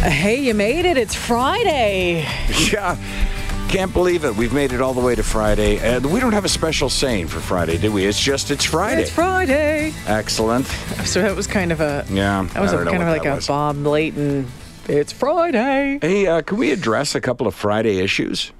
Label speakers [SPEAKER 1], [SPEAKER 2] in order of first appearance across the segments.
[SPEAKER 1] Hey, you made it. It's Friday.
[SPEAKER 2] Yeah. Can't believe it. We've made it all the way to Friday. And we don't have a special saying for Friday, do we? It's just it's Friday.
[SPEAKER 1] It's Friday.
[SPEAKER 2] Excellent.
[SPEAKER 1] So that was kind of a
[SPEAKER 2] Yeah,
[SPEAKER 1] That was a,
[SPEAKER 2] I don't know
[SPEAKER 1] kind of
[SPEAKER 2] what
[SPEAKER 1] like
[SPEAKER 2] that
[SPEAKER 1] a
[SPEAKER 2] was.
[SPEAKER 1] Bob Layton. It's Friday.
[SPEAKER 2] Hey, uh, can we address a couple of Friday issues?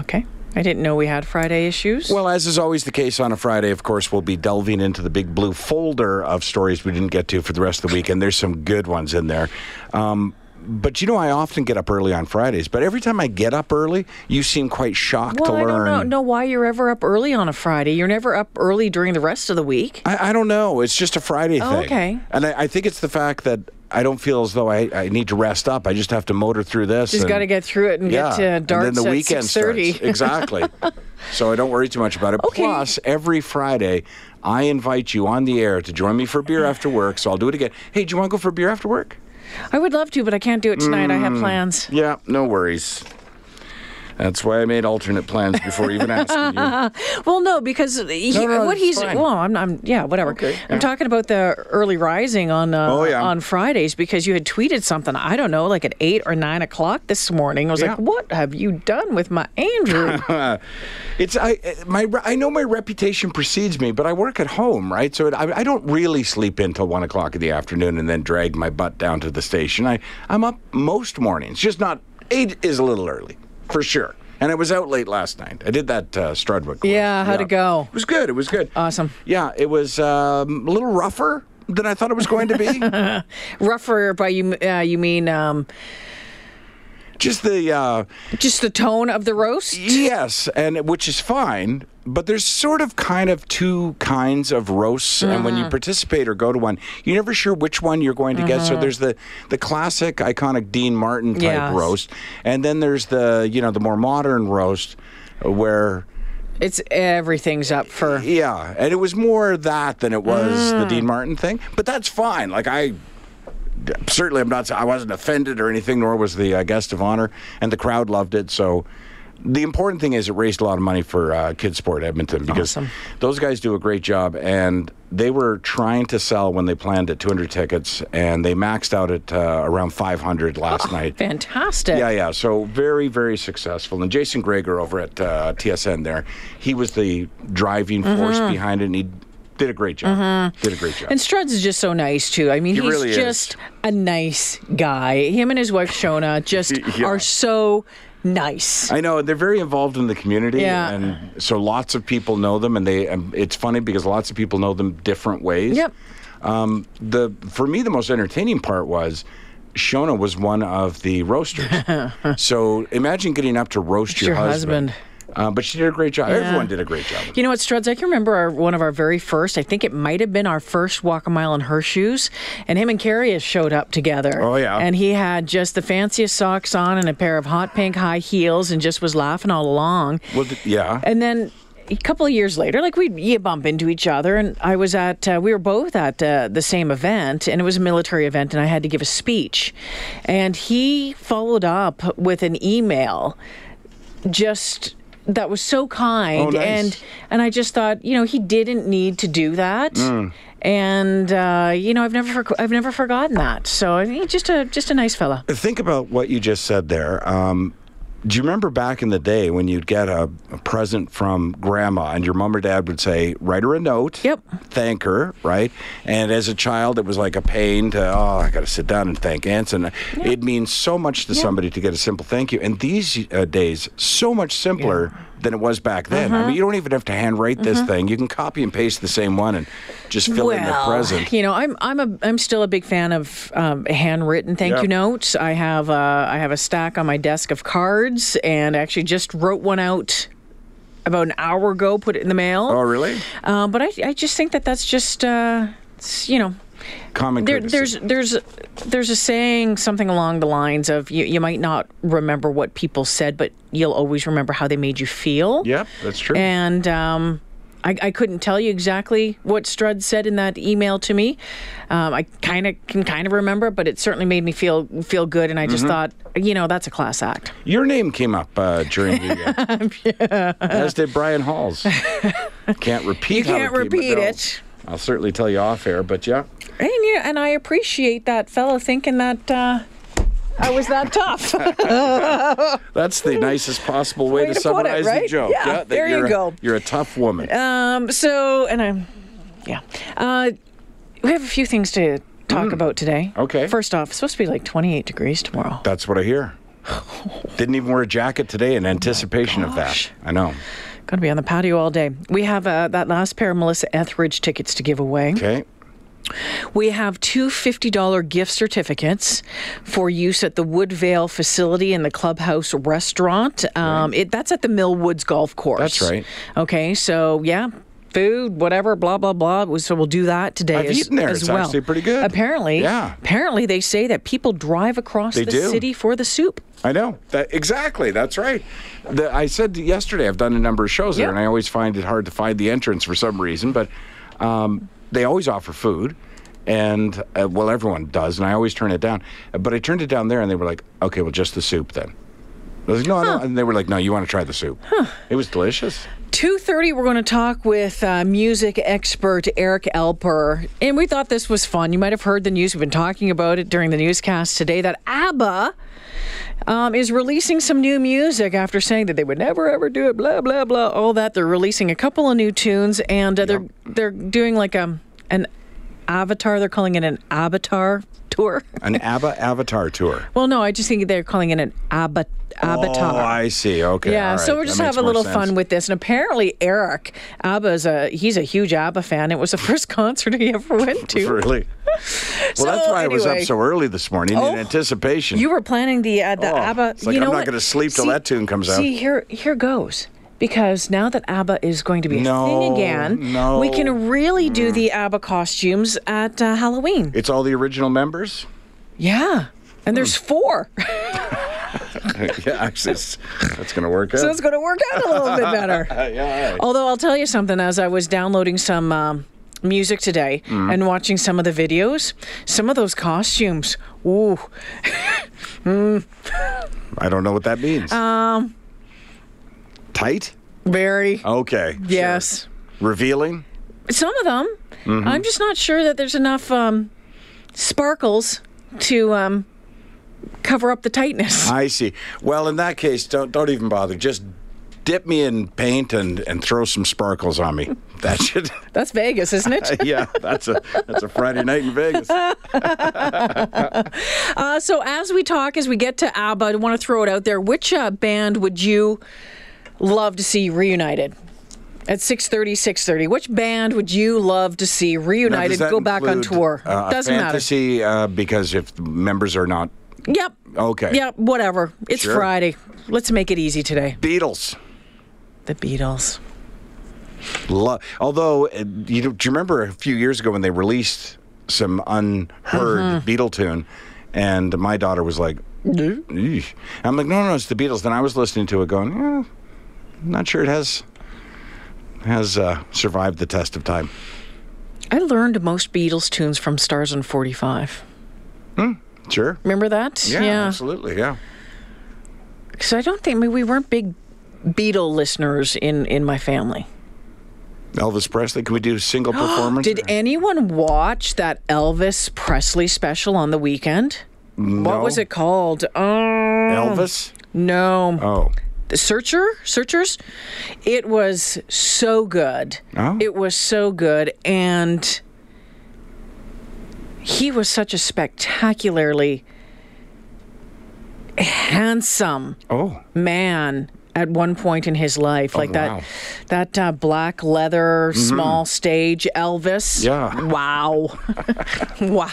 [SPEAKER 1] Okay. I didn't know we had Friday issues.
[SPEAKER 2] Well, as is always the case on a Friday, of course, we'll be delving into the big blue folder of stories we didn't get to for the rest of the week, and there's some good ones in there. Um, but you know, I often get up early on Fridays, but every time I get up early, you seem quite shocked
[SPEAKER 1] Well,
[SPEAKER 2] to
[SPEAKER 1] I
[SPEAKER 2] learn.
[SPEAKER 1] don't know, know why you're ever up early on a Friday. You're never up early during the rest of the week.
[SPEAKER 2] I, I don't know. It's just a Friday
[SPEAKER 1] Oh,
[SPEAKER 2] thing.
[SPEAKER 1] okay.
[SPEAKER 2] And I, I think it's the fact that I don't feel as though I, I need to rest up. I just have to motor through this.
[SPEAKER 1] Just
[SPEAKER 2] and-
[SPEAKER 1] got to get through it and
[SPEAKER 2] yeah.
[SPEAKER 1] get to
[SPEAKER 2] and then
[SPEAKER 1] darts
[SPEAKER 2] the
[SPEAKER 1] at
[SPEAKER 2] weekend starts.
[SPEAKER 1] 6:30.
[SPEAKER 2] Exactly. so I don't worry too much about it.
[SPEAKER 1] Okay.
[SPEAKER 2] Plus, every Friday, I invite you on the air to join me for beer after work. So I'll do it again. Hey, do you want to go for beer after work?
[SPEAKER 1] I would love to, but I can't do it tonight. I
[SPEAKER 2] Mm,
[SPEAKER 1] have plans.
[SPEAKER 2] Yeah, no worries. That's why I made alternate plans before even asking you.
[SPEAKER 1] Well, no, because he,
[SPEAKER 2] No, no,
[SPEAKER 1] what
[SPEAKER 2] it's
[SPEAKER 1] he's
[SPEAKER 2] fine.
[SPEAKER 1] well, I'm, I'm yeah, whatever.
[SPEAKER 2] Okay, yeah.
[SPEAKER 1] I'm talking about the early rising on uh,
[SPEAKER 2] Oh, yeah.
[SPEAKER 1] on Fridays because you had tweeted something I don't know, like at eight or nine o'clock this morning. I was
[SPEAKER 2] Yeah.
[SPEAKER 1] like, what have you done with my Andrew?
[SPEAKER 2] It's I my I know my reputation precedes me, but I work at home, right? So it, I, I don't really sleep until one o'clock in the afternoon and then drag my butt down to the station. I I'm up most mornings, just not eight is a little early for sure. And I was out late last night. I did that uh, Strudwick. one.
[SPEAKER 1] Yeah, how'd it go?
[SPEAKER 2] It was good. It was good.
[SPEAKER 1] Awesome.
[SPEAKER 2] Yeah, it was um, a little rougher than I thought it was going to be.
[SPEAKER 1] Rougher by you, uh, you mean um,
[SPEAKER 2] just the. Uh,
[SPEAKER 1] just the tone of the roast?
[SPEAKER 2] Yes, and which is fine, but there's sort of kind of two kinds of roasts, and when you participate or go to one, you're never sure which one you're going to get. So there's the the classic, iconic Dean Martin type
[SPEAKER 1] Yes.
[SPEAKER 2] roast, and then there's the you know the more modern roast, uh, where
[SPEAKER 1] It's everything's up for.
[SPEAKER 2] yeah, and it was more that than it was the Dean Martin thing. But that's fine. Like I certainly I'm not I wasn't offended or anything nor was the uh, guest of honor and the crowd loved it so the important thing is it raised a lot of money for uh, Kids Sport Edmonton because
[SPEAKER 1] Awesome.
[SPEAKER 2] those guys do a great job and they were trying to sell when they planned at 200 tickets and they maxed out at uh, around 500 last
[SPEAKER 1] Oh,
[SPEAKER 2] night.
[SPEAKER 1] Fantastic.
[SPEAKER 2] Yeah, yeah. So very, very successful. And Jason Greger over at uh, TSN there, he was the driving force behind it, and he did a great job. Did a great job.
[SPEAKER 1] Mm-hmm. And Struds is just so nice too. I mean,
[SPEAKER 2] He
[SPEAKER 1] he's
[SPEAKER 2] really is.
[SPEAKER 1] just a nice guy. Him and his wife Shona just
[SPEAKER 2] Yeah.
[SPEAKER 1] are so nice.
[SPEAKER 2] I know they're very involved in the community,
[SPEAKER 1] Yeah.
[SPEAKER 2] and so lots of people know them, and they. And it's funny because lots of people know them different ways.
[SPEAKER 1] Yep.
[SPEAKER 2] Um, the for me the most entertaining part was. Shona was one of the roasters. so imagine getting up to roast your,
[SPEAKER 1] your
[SPEAKER 2] husband.
[SPEAKER 1] husband.
[SPEAKER 2] Uh, but she did a great job. Everyone did a great job.
[SPEAKER 1] You know what, Struds? I can remember our, one of our very first. I think it might have been our first walk a mile in her shoes, and him and Carius showed up together.
[SPEAKER 2] Oh, yeah.
[SPEAKER 1] and he had just the fanciest socks on and a pair of hot pink high heels, and just was laughing all along.
[SPEAKER 2] Well, th- yeah.
[SPEAKER 1] And then a couple of years later, like we'd you bump into each other, and I was at, uh, we were both at uh, the same event, and it was a military event, and I had to give a speech. And he followed up with an email just that was so kind
[SPEAKER 2] Oh, nice.
[SPEAKER 1] and and i just thought you know he didn't need to do that
[SPEAKER 2] Mm.
[SPEAKER 1] and uh, you know i've never forg- i've never forgotten that so I think just a just a nice fella
[SPEAKER 2] Think about what you just said there. Um, do you remember back in the day when you'd get a, a present from grandma and your mom or dad would say, write her a note,
[SPEAKER 1] Yep.
[SPEAKER 2] thank her, right? And as a child, it was like a pain to, oh, I got to sit down and thank aunts. And it means so much to somebody to get a simple thank you. And these uh, days, so much simpler than it was back then. I
[SPEAKER 1] Uh-huh.
[SPEAKER 2] mean, you don't even have to handwrite this thing. You can copy and paste the same one and just fill in the present.
[SPEAKER 1] You know, I'm I'm a I'm still a big fan of um, handwritten thank
[SPEAKER 2] Yeah.
[SPEAKER 1] you notes. I have uh, I have a stack on my desk of cards, and actually just wrote one out about an hour ago. Put it in the mail.
[SPEAKER 2] Oh, really?
[SPEAKER 1] Um, but I I just think that that's just uh, it's, you know.
[SPEAKER 2] Common
[SPEAKER 1] There,
[SPEAKER 2] courtesy.
[SPEAKER 1] there's there's there's a saying something along the lines of you, you might not remember what people said, but you'll always remember how they made you feel.
[SPEAKER 2] Yep, that's true.
[SPEAKER 1] And um, I, I couldn't tell you exactly what Strud said in that email to me. Um, I kind of can kind of remember, but it certainly made me feel feel good. And I
[SPEAKER 2] Mm-hmm.
[SPEAKER 1] just thought, you know, that's a class act.
[SPEAKER 2] Your name came up uh, during the, uh, as did Brian Hall's. Can't repeat.
[SPEAKER 1] You
[SPEAKER 2] how
[SPEAKER 1] can't
[SPEAKER 2] it came
[SPEAKER 1] repeat
[SPEAKER 2] about.
[SPEAKER 1] it.
[SPEAKER 2] I'll certainly tell you off air, but yeah,
[SPEAKER 1] And you and I appreciate that fella thinking that uh, I was that tough.
[SPEAKER 2] that's the nicest possible way,
[SPEAKER 1] Hmm. Way
[SPEAKER 2] to,
[SPEAKER 1] to put it,
[SPEAKER 2] summarize the
[SPEAKER 1] right?
[SPEAKER 2] joke.
[SPEAKER 1] Yeah,
[SPEAKER 2] that
[SPEAKER 1] there you
[SPEAKER 2] you're a-
[SPEAKER 1] go.
[SPEAKER 2] You're a tough woman.
[SPEAKER 1] Um, so, and I'm, yeah. Uh, we have a few things to talk about today.
[SPEAKER 2] Mm. Okay.
[SPEAKER 1] First off, it's supposed to be like 28 degrees tomorrow.
[SPEAKER 2] that's what I hear. Didn't even wear a jacket today in anticipation of that.
[SPEAKER 1] gosh.
[SPEAKER 2] I know.
[SPEAKER 1] Going to be on the patio all day. We have uh, that last pair of Melissa Etheridge tickets to give away.
[SPEAKER 2] Okay.
[SPEAKER 1] We have two $50 gift certificates for use at the Woodvale facility and the Clubhouse restaurant. Um, it, that's at the Millwoods Golf Course.
[SPEAKER 2] That's right.
[SPEAKER 1] Okay, so yeah. Food, whatever, blah blah blah. So we'll do that today
[SPEAKER 2] I've
[SPEAKER 1] as,
[SPEAKER 2] eaten there.
[SPEAKER 1] as
[SPEAKER 2] It's
[SPEAKER 1] well.
[SPEAKER 2] actually pretty good.
[SPEAKER 1] Apparently,
[SPEAKER 2] Yeah.
[SPEAKER 1] Apparently, they say that people drive across
[SPEAKER 2] They
[SPEAKER 1] the
[SPEAKER 2] do.
[SPEAKER 1] city for the soup.
[SPEAKER 2] I know that exactly. That's right. The, I said yesterday I've done a number of shows there,
[SPEAKER 1] Yeah.
[SPEAKER 2] and I always find it hard to find the entrance for some reason. But um, they always offer food, and uh, well, everyone does, and I always turn it down. But I turned it down there, and they were like, "Okay, well, just the soup then." I was like, "No, no," and they were like, "No, you want to try the soup?" It was delicious.
[SPEAKER 1] Two thirty, we're going to talk with uh, music expert Eric Elper, and we thought this was fun. You might have heard the news; we've been talking about it during the newscast today. That ABBA um, is releasing some new music after saying that they would never ever do it. Blah blah blah. All that they're releasing a couple of new tunes, and uh, they're they're doing like um an avatar. They're calling it an avatar tour.
[SPEAKER 2] An ABBA Avatar tour.
[SPEAKER 1] Well, no, I just think they're calling it an abba, avatar.
[SPEAKER 2] Oh, I see. Okay.
[SPEAKER 1] Yeah,
[SPEAKER 2] all
[SPEAKER 1] so we'll
[SPEAKER 2] right. That
[SPEAKER 1] just
[SPEAKER 2] makes
[SPEAKER 1] have a
[SPEAKER 2] more
[SPEAKER 1] little
[SPEAKER 2] sense.
[SPEAKER 1] fun with this. And apparently, Eric Abba's a he's a huge Abba fan. It was the first concert he ever went to.
[SPEAKER 2] Really? Well, that's why I was up
[SPEAKER 1] anyway.
[SPEAKER 2] so early this morning
[SPEAKER 1] Oh,
[SPEAKER 2] in anticipation.
[SPEAKER 1] You were planning the uh, the
[SPEAKER 2] Oh,
[SPEAKER 1] Abba.
[SPEAKER 2] it's like
[SPEAKER 1] you
[SPEAKER 2] I'm
[SPEAKER 1] know
[SPEAKER 2] not
[SPEAKER 1] what?
[SPEAKER 2] gonna sleep till
[SPEAKER 1] See-
[SPEAKER 2] that tune comes out.
[SPEAKER 1] See, here here goes. Because now that ABBA is going to be a
[SPEAKER 2] No,
[SPEAKER 1] thing again,
[SPEAKER 2] no.
[SPEAKER 1] we can really do the ABBA costumes at uh, Halloween.
[SPEAKER 2] It's all the original members.
[SPEAKER 1] Yeah. And there's four.
[SPEAKER 2] yeah, actually, it's- that's going to work out.
[SPEAKER 1] so it's going to work out a little bit better.
[SPEAKER 2] Uh, yeah, all right.
[SPEAKER 1] Although I'll tell you something, as I was downloading some um, music today and watching some of the videos, some of those costumes, ooh,
[SPEAKER 2] I don't know what that means. Um, tight.
[SPEAKER 1] very
[SPEAKER 2] Oh, Okay.
[SPEAKER 1] yes.
[SPEAKER 2] Sure. Revealing.
[SPEAKER 1] Some of them, I'm just not sure that there's enough um, sparkles to um, cover up the tightness.
[SPEAKER 2] I see. Well, in that case, don't don't even bother. Just dip me in paint and and throw some sparkles on me. That should.
[SPEAKER 1] That's Vegas, isn't it?
[SPEAKER 2] yeah, that's a that's a Friday night in Vegas.
[SPEAKER 1] Uh, so as we talk, as we get to ABBA, I want to throw it out there. Which uh, band would you love to see reunited? At 6.30, 6.30, which band would you love to see
[SPEAKER 2] Now, does
[SPEAKER 1] reunited,
[SPEAKER 2] that
[SPEAKER 1] go back on
[SPEAKER 2] include,
[SPEAKER 1] tour?
[SPEAKER 2] Uh,
[SPEAKER 1] Doesn't
[SPEAKER 2] fantasy, uh, because if members are not
[SPEAKER 1] matter. Yep.
[SPEAKER 2] Okay.
[SPEAKER 1] Yep, whatever. It's
[SPEAKER 2] Sure.
[SPEAKER 1] Friday. Let's make it easy today.
[SPEAKER 2] Beatles.
[SPEAKER 1] The Beatles.
[SPEAKER 2] Lo- Although, uh, you know, do you remember a few years ago when they released some unheard
[SPEAKER 1] Mm-hmm.
[SPEAKER 2] Beatle tune? And my daughter was like, "Eesh." I'm like, no, no, it's the Beatles. Then I was listening to it going, eh, not sure it has has uh, survived the test of time.
[SPEAKER 1] I learned most Beatles tunes from Stars on 45.
[SPEAKER 2] Sure.
[SPEAKER 1] Remember that?
[SPEAKER 2] absolutely. Yeah.
[SPEAKER 1] Because I don't think, I mean, we weren't big Beatle listeners in, in my family.
[SPEAKER 2] Elvis Presley, can we do single performance?
[SPEAKER 1] Did anyone watch that Elvis Presley special on the weekend?
[SPEAKER 2] No.
[SPEAKER 1] What was it called? Um,
[SPEAKER 2] Elvis?
[SPEAKER 1] no.
[SPEAKER 2] Oh.
[SPEAKER 1] The Searcher? Searchers? It was so good.
[SPEAKER 2] Oh.
[SPEAKER 1] It was so good. And he was such a spectacularly handsome
[SPEAKER 2] Oh.
[SPEAKER 1] man at one point in his life like
[SPEAKER 2] wow. Mm-hmm.
[SPEAKER 1] that that uh, black leather small stage elvis
[SPEAKER 2] Yeah.
[SPEAKER 1] wow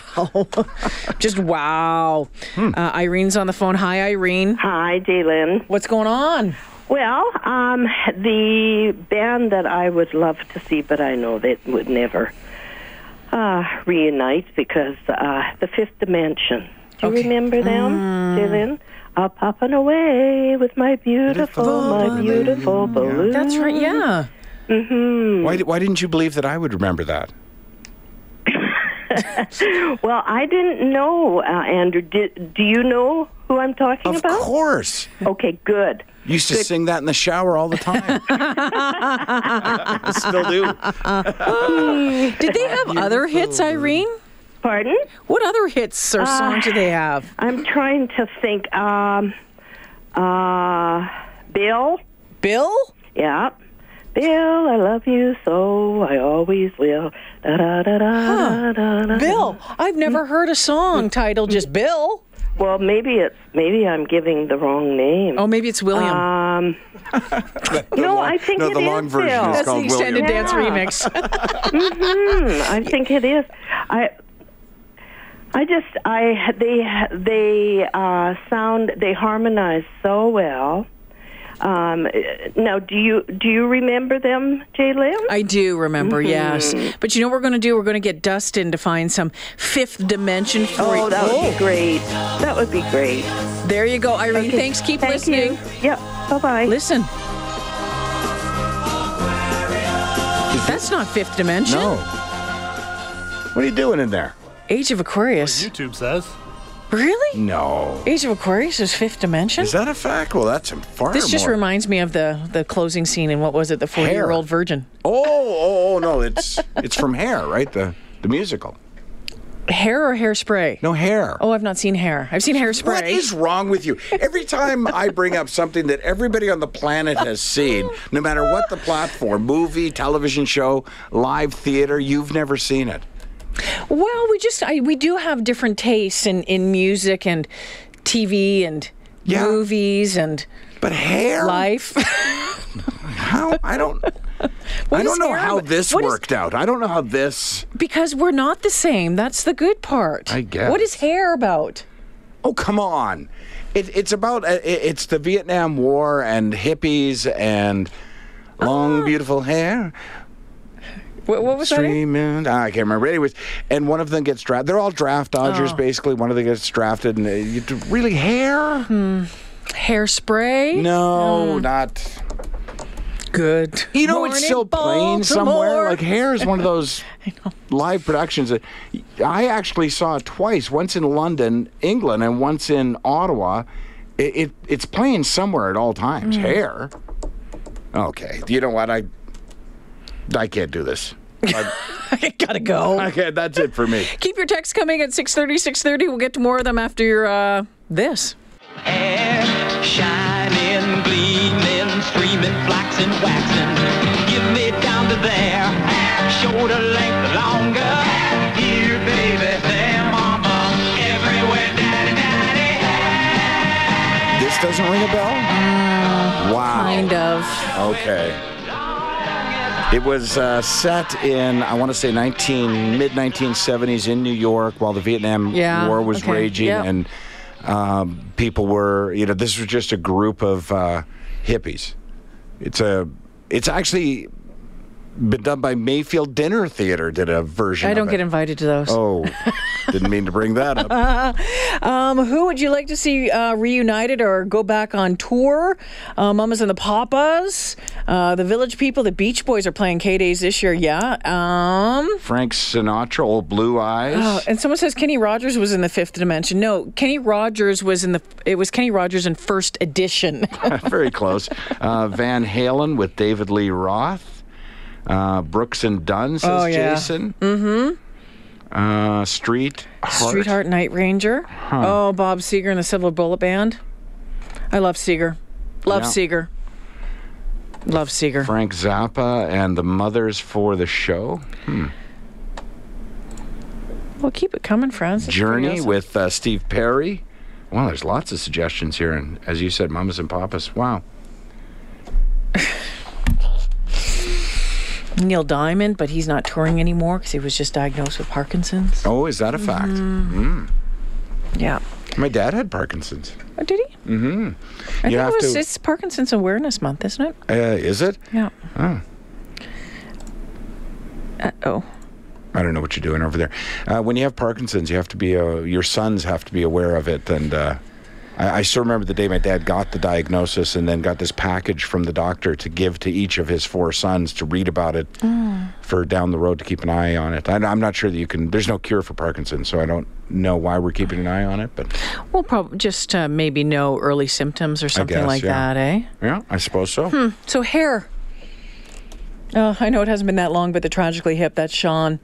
[SPEAKER 1] wow just wow
[SPEAKER 2] Hmm.
[SPEAKER 1] uh, irene's on the phone hi irene
[SPEAKER 3] Hi, Jalen.
[SPEAKER 1] what's going on
[SPEAKER 3] Well, um, the band that I would love to see, but I know that would never, uh, reunite because uh, the fifth dimension. Do you
[SPEAKER 1] Okay. Mm.
[SPEAKER 3] remember them, Jalen? Up, up, and away with my beautiful, my beautiful balloon.
[SPEAKER 1] That's right. Yeah.
[SPEAKER 2] Why, di- why didn't you believe that I would remember that?
[SPEAKER 3] Well, I didn't know, uh, Andrew. Did, do you know who I'm talking
[SPEAKER 2] Of
[SPEAKER 3] about?
[SPEAKER 2] course.
[SPEAKER 3] Okay, good.
[SPEAKER 2] You used to sing that in the shower all the time.
[SPEAKER 4] Still do.
[SPEAKER 1] Did they have other hits, Irene?
[SPEAKER 3] Pardon?
[SPEAKER 1] What other hits or songs do they have?
[SPEAKER 3] I'm trying to think. Um, uh, Bill?
[SPEAKER 1] Bill?
[SPEAKER 3] Yeah. Bill, I love you so I always will. Da, da, da, da, da, da,
[SPEAKER 1] Bill. I've never heard a song titled just Bill.
[SPEAKER 3] Well, maybe it's maybe I'm giving the wrong name.
[SPEAKER 1] Oh, maybe it's William.
[SPEAKER 3] Um, no, I think
[SPEAKER 2] no,
[SPEAKER 3] it
[SPEAKER 2] the
[SPEAKER 3] is
[SPEAKER 2] long version
[SPEAKER 3] Bill.
[SPEAKER 2] is
[SPEAKER 1] That's the
[SPEAKER 2] called
[SPEAKER 1] extended
[SPEAKER 3] William.
[SPEAKER 1] dance remix.
[SPEAKER 3] Yeah. Mm, I think it is. I I just I they they uh, sound they harmonize so well. Um, now, do you do you remember them, Jay Lim?
[SPEAKER 1] I do remember, yes.
[SPEAKER 3] Mm-hmm.
[SPEAKER 1] But you know what we're going to do? We're going to get Dustin to find some fifth dimension for you.
[SPEAKER 3] oh, that would be great. That would be great.
[SPEAKER 1] There you go, Irene.
[SPEAKER 3] Okay.
[SPEAKER 1] Thanks. Keep
[SPEAKER 3] Thank
[SPEAKER 1] listening.
[SPEAKER 3] You. Yep. Bye bye.
[SPEAKER 1] Listen. That's not fifth dimension.
[SPEAKER 2] No. What are you doing in there?
[SPEAKER 1] Age of Aquarius.
[SPEAKER 5] YouTube says.
[SPEAKER 1] Really?
[SPEAKER 2] No.
[SPEAKER 1] Age of Aquarius is fifth dimension?
[SPEAKER 2] Mm. Is that a fact? Well, that's far
[SPEAKER 1] this just
[SPEAKER 2] more-
[SPEAKER 1] reminds me of the, the closing scene in what was it, the 40 year old virgin?
[SPEAKER 2] Oh, oh, oh, no! It's it's from Hair, right? The the musical.
[SPEAKER 1] Hair or hairspray?
[SPEAKER 2] No hair.
[SPEAKER 1] Oh, I've not seen hair. I've seen hairspray.
[SPEAKER 2] What is wrong with you? Every time I bring up something that everybody on the planet has seen, no matter what the platform, movie, television show, live theater, you've never seen it.
[SPEAKER 1] Well, we just I, we do have different tastes in in music and TV and
[SPEAKER 2] Yeah. Oh.
[SPEAKER 1] movies and
[SPEAKER 2] But hair?
[SPEAKER 1] life.
[SPEAKER 2] How? I don't. I
[SPEAKER 1] is
[SPEAKER 2] don't know
[SPEAKER 1] hair?
[SPEAKER 2] how this
[SPEAKER 1] What is-
[SPEAKER 2] worked out. I don't know how this.
[SPEAKER 1] because we're not the same. That's the good part.
[SPEAKER 2] I guess.
[SPEAKER 1] What is hair about?
[SPEAKER 2] Oh, come on. It, it's about uh, it, it's the Vietnam War and hippies and long beautiful hair
[SPEAKER 1] What, what was Ah. that?
[SPEAKER 2] streaming. Ah, I can't remember. Anyways, and one of them gets drafted. They're all draft
[SPEAKER 1] Oh.
[SPEAKER 2] dodgers, basically. One of them gets drafted, and uh, you, do- really hair?
[SPEAKER 1] Hmm. Hairspray.
[SPEAKER 2] No,
[SPEAKER 1] Hmm.
[SPEAKER 2] not.
[SPEAKER 1] Good.
[SPEAKER 2] You know,
[SPEAKER 1] Morning,
[SPEAKER 2] it's still playing
[SPEAKER 1] Baltimore.
[SPEAKER 2] somewhere. Like hair is one of those live productions that I actually saw it twice. Once in London, England, and once in Ottawa. It, it it's playing somewhere at all times.
[SPEAKER 1] Mm.
[SPEAKER 2] Hair. Okay. You know what? I I can't do this.
[SPEAKER 1] I gotta go.
[SPEAKER 2] Okay, that's it for me.
[SPEAKER 1] Keep your texts coming at 6.30, 6.30. We'll get to more of them after your, uh, this.
[SPEAKER 6] air, shining, gleaming, streaming, flaxen, waxing. Give me down to there, shoulder length longer. Here, baby, there, mama, everywhere, daddy, daddy.
[SPEAKER 2] This doesn't ring a bell?
[SPEAKER 1] Mm,
[SPEAKER 2] wow.
[SPEAKER 1] Kind of.
[SPEAKER 2] Okay. It was uh, set in, I want to say, 19 mid 1970s in New York while the Vietnam
[SPEAKER 1] Yeah,
[SPEAKER 2] War was
[SPEAKER 1] okay,
[SPEAKER 2] raging,
[SPEAKER 1] yep.
[SPEAKER 2] and um, people were, you know, this was just a group of uh, hippies. It's a, it's actually been done by Mayfield Dinner Theater did a version.
[SPEAKER 1] I
[SPEAKER 2] of
[SPEAKER 1] don't
[SPEAKER 2] it.
[SPEAKER 1] get Uh-huh. invited to those.
[SPEAKER 2] Oh, didn't mean to bring that up.
[SPEAKER 1] Um, who would you like to see uh, reunited or go back on tour? Uh, Mamas and the Papas, uh, the Village People, the Beach Boys are playing K Days this year. Yeah. Um,
[SPEAKER 2] Frank Sinatra, old blue eyes.
[SPEAKER 1] oh, and someone says Kenny Rogers was in the fifth dimension. No, Kenny Rogers was in the. It was Kenny Rogers in first edition.
[SPEAKER 2] Very close. Uh, Van Halen with David Lee Roth. Uh, Brooks and Dunn says
[SPEAKER 1] Oh, yeah.
[SPEAKER 2] Jason. Mm-hmm. Uh, Street. Heart.
[SPEAKER 1] Sweetheart Night Ranger. Oh, Bob Seger and the Silver Bullet Band. I love Seger. Love
[SPEAKER 2] Yeah.
[SPEAKER 1] Seeger. Seger. Love Seger.
[SPEAKER 2] Frank Zappa and the Mothers for the Show.
[SPEAKER 1] well, keep it coming, friends. That's pretty
[SPEAKER 2] Journey
[SPEAKER 1] awesome.
[SPEAKER 2] with uh, Steve Perry. Wow, there's lots of suggestions here. And as you said, Mamas and Papas. Wow.
[SPEAKER 1] Neil Diamond, but he's not touring anymore because he was just diagnosed with Parkinson's.
[SPEAKER 2] Oh, is that a fact?
[SPEAKER 1] Mm-hmm. Yeah.
[SPEAKER 2] My dad had Parkinson's.
[SPEAKER 1] Oh, did he? Mm-hmm. I
[SPEAKER 2] You
[SPEAKER 1] think
[SPEAKER 2] have
[SPEAKER 1] it was,
[SPEAKER 2] to-
[SPEAKER 1] it's Parkinson's Awareness Month, isn't it?
[SPEAKER 2] Uh, is it?
[SPEAKER 1] Yeah. Oh. Uh oh.
[SPEAKER 2] I I don't know what you're doing over there. Uh, when you have Parkinson's, you have to be uh, your sons have to be aware of it. And uh, I, I still remember the day my dad got the diagnosis and then got this package from the doctor to give to each of his four sons to read about it
[SPEAKER 1] Mm.
[SPEAKER 2] for down the road to keep an eye on it. I, I'm not sure that you can. There's no cure for Parkinson's, so I don't know why we're keeping an eye on it. But
[SPEAKER 1] Well, probably just uh, maybe know early symptoms or something
[SPEAKER 2] guess,
[SPEAKER 1] like
[SPEAKER 2] yeah.
[SPEAKER 1] that, eh?
[SPEAKER 2] yeah, I suppose so.
[SPEAKER 1] So hair. Oh, I know it hasn't been that long, but the tragically hip. That's Sean.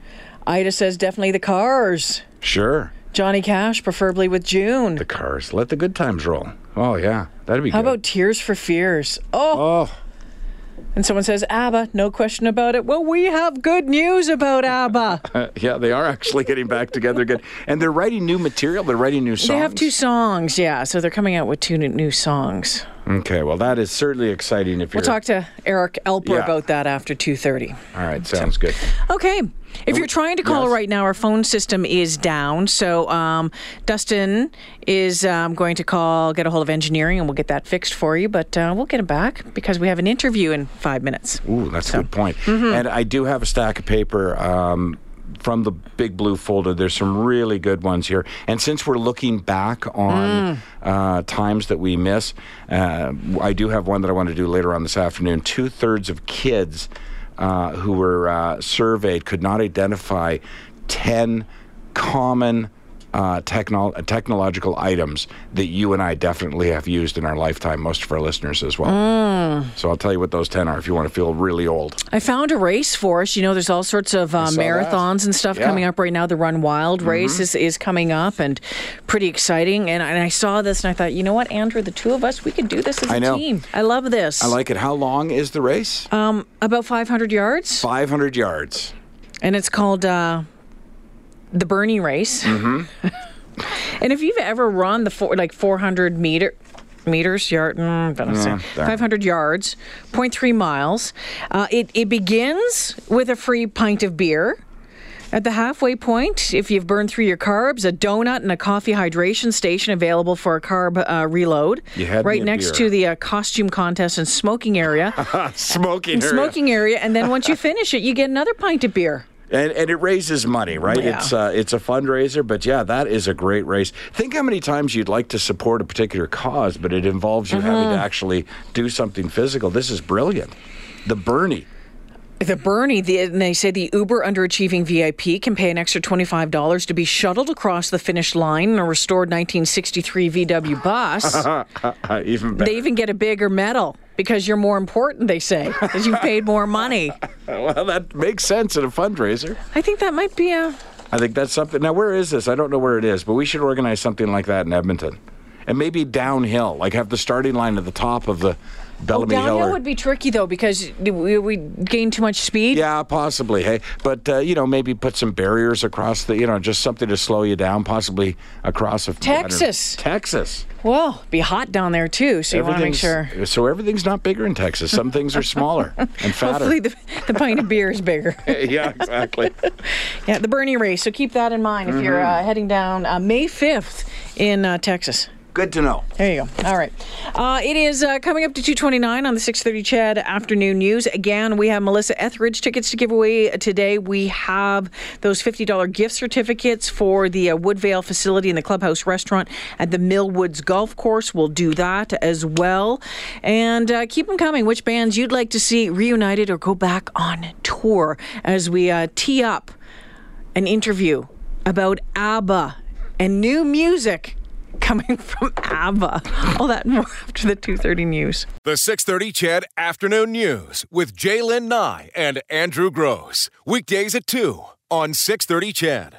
[SPEAKER 1] Ida says definitely the Cars.
[SPEAKER 2] Sure,
[SPEAKER 1] Johnny Cash, preferably with June.
[SPEAKER 2] the cars. Let the good times roll. Oh yeah, that'd be
[SPEAKER 1] How
[SPEAKER 2] good.
[SPEAKER 1] about Tears for Fears? Oh,
[SPEAKER 2] oh.
[SPEAKER 1] and someone says ABBA. No question about it. Well, we have good news about ABBA.
[SPEAKER 2] Yeah, they are actually getting back together again, and they're writing new material. They're writing new songs.
[SPEAKER 1] They have two songs, yeah. So they're coming out with two new- new songs.
[SPEAKER 2] Okay, well, that is certainly exciting. If you're
[SPEAKER 1] We'll talk to Eric Elper
[SPEAKER 2] Yeah.
[SPEAKER 1] about that after two thirty.
[SPEAKER 2] all right, sounds good.
[SPEAKER 1] Okay. If you're trying to call
[SPEAKER 2] Yes.
[SPEAKER 1] right now, our phone system is down. So um, Dustin is um, going to call, get a hold of engineering, and we'll get that fixed for you. But uh, we'll get it back because we have an interview in five minutes.
[SPEAKER 2] Ooh, that's a good point. And I do have a stack of paper um, from the Big Blue folder. There's some really good ones here. And since we're looking back on uh, times that we miss, uh, I do have one that I want to do later on this afternoon. Two thirds of kids uh, who were uh, surveyed could not identify 10 common. Uh, technol- technological items that you and I definitely have used in our lifetime, most of our listeners as well. So I'll tell you what those 10 are if you want to feel really old.
[SPEAKER 1] I found a race for us. You know, there's all sorts of uh,
[SPEAKER 2] saw that.
[SPEAKER 1] marathons and stuff
[SPEAKER 2] Yeah. Mm-hmm.
[SPEAKER 1] coming up right now. The Run Wild race is, is coming up and pretty exciting. And, and I saw this and I thought, you know what, Andrew, the two of us, we could do this as a
[SPEAKER 2] I know.
[SPEAKER 1] team. I love this.
[SPEAKER 2] I like it. How long is the race?
[SPEAKER 1] Uh, About 500 yards.
[SPEAKER 2] 500 yards.
[SPEAKER 1] and it's called uh, the Bernie Race. Mm-hmm. and if you've ever run the four, like 400 meter meters yard, mm, don't know, say,
[SPEAKER 2] there.
[SPEAKER 1] 500 yards, 0.3 miles, uh, it it begins with a free pint of beer. At the halfway point, if you've burned through your carbs, a donut and a coffee hydration station available for a carb uh, reload.
[SPEAKER 2] You had me
[SPEAKER 1] right
[SPEAKER 2] at
[SPEAKER 1] next
[SPEAKER 2] beer.
[SPEAKER 1] to the uh, costume contest and smoking area.
[SPEAKER 2] Smoking. area.
[SPEAKER 1] smoking area, and then once you finish it, you get another pint of beer.
[SPEAKER 2] And, and it raises money, right?
[SPEAKER 1] Yeah.
[SPEAKER 2] It's uh, it's a fundraiser, but yeah, that is a great race. Think how many times you'd like to support a particular cause, but it involves you having
[SPEAKER 1] Mm-hmm.
[SPEAKER 2] to actually do something physical. This is brilliant. The Bernie.
[SPEAKER 1] The Bernie, the, and they say the Uber underachieving VIP can pay an extra $25 to be shuttled across the finish line in a restored 1963 VW bus.
[SPEAKER 2] Uh, Even better.
[SPEAKER 1] they even get a bigger medal because you're more important, they say, because you've paid more money.
[SPEAKER 2] well, that makes sense at a fundraiser.
[SPEAKER 1] I think that might be a.
[SPEAKER 2] I think that's something. Now, where is this? I don't know where it is, but we should organize something like that in Edmonton, and maybe downhill, like have the starting line at the top of the Bellamy Hill.
[SPEAKER 1] Downhill
[SPEAKER 2] or-
[SPEAKER 1] oh, would be tricky, though, because we, we gain too much speed.
[SPEAKER 2] yeah, possibly. Hey, but uh, you know, maybe put some barriers across the, you know, just something to slow you down, possibly across a I don't know,
[SPEAKER 1] Texas.
[SPEAKER 2] Texas.
[SPEAKER 1] Well, be hot down there, too, so you want to make sure.
[SPEAKER 2] Everything's- uh, So everything's not bigger in Texas. Some things are smaller and fatter.
[SPEAKER 1] Hopefully, the, the pint of beer is bigger.
[SPEAKER 2] yeah, exactly.
[SPEAKER 1] Yeah, the Bernie race. So keep that in mind if you're
[SPEAKER 2] Mm-hmm.
[SPEAKER 1] uh, heading down uh, May 5th in uh, Texas.
[SPEAKER 2] Good to know.
[SPEAKER 1] There you go. All right. Uh, it is uh, coming up to 229 on the 630 Chad Afternoon News. Again, we have Melissa Etheridge tickets to give away uh, today. We have those $50 gift certificates for the uh, Woodvale facility and the Clubhouse Restaurant at the Millwoods Golf Course. We'll do that as well. And uh, keep them coming. Which bands you'd like to see reunited or go back on tour as we uh, tee up an interview about ABBA and new music coming from ABBA. All that and more after the 2:30 news.
[SPEAKER 7] The 630 Chad Afternoon News with Jaylen Nye and Andrew Gross. Weekdays at 2 on 630 Chad.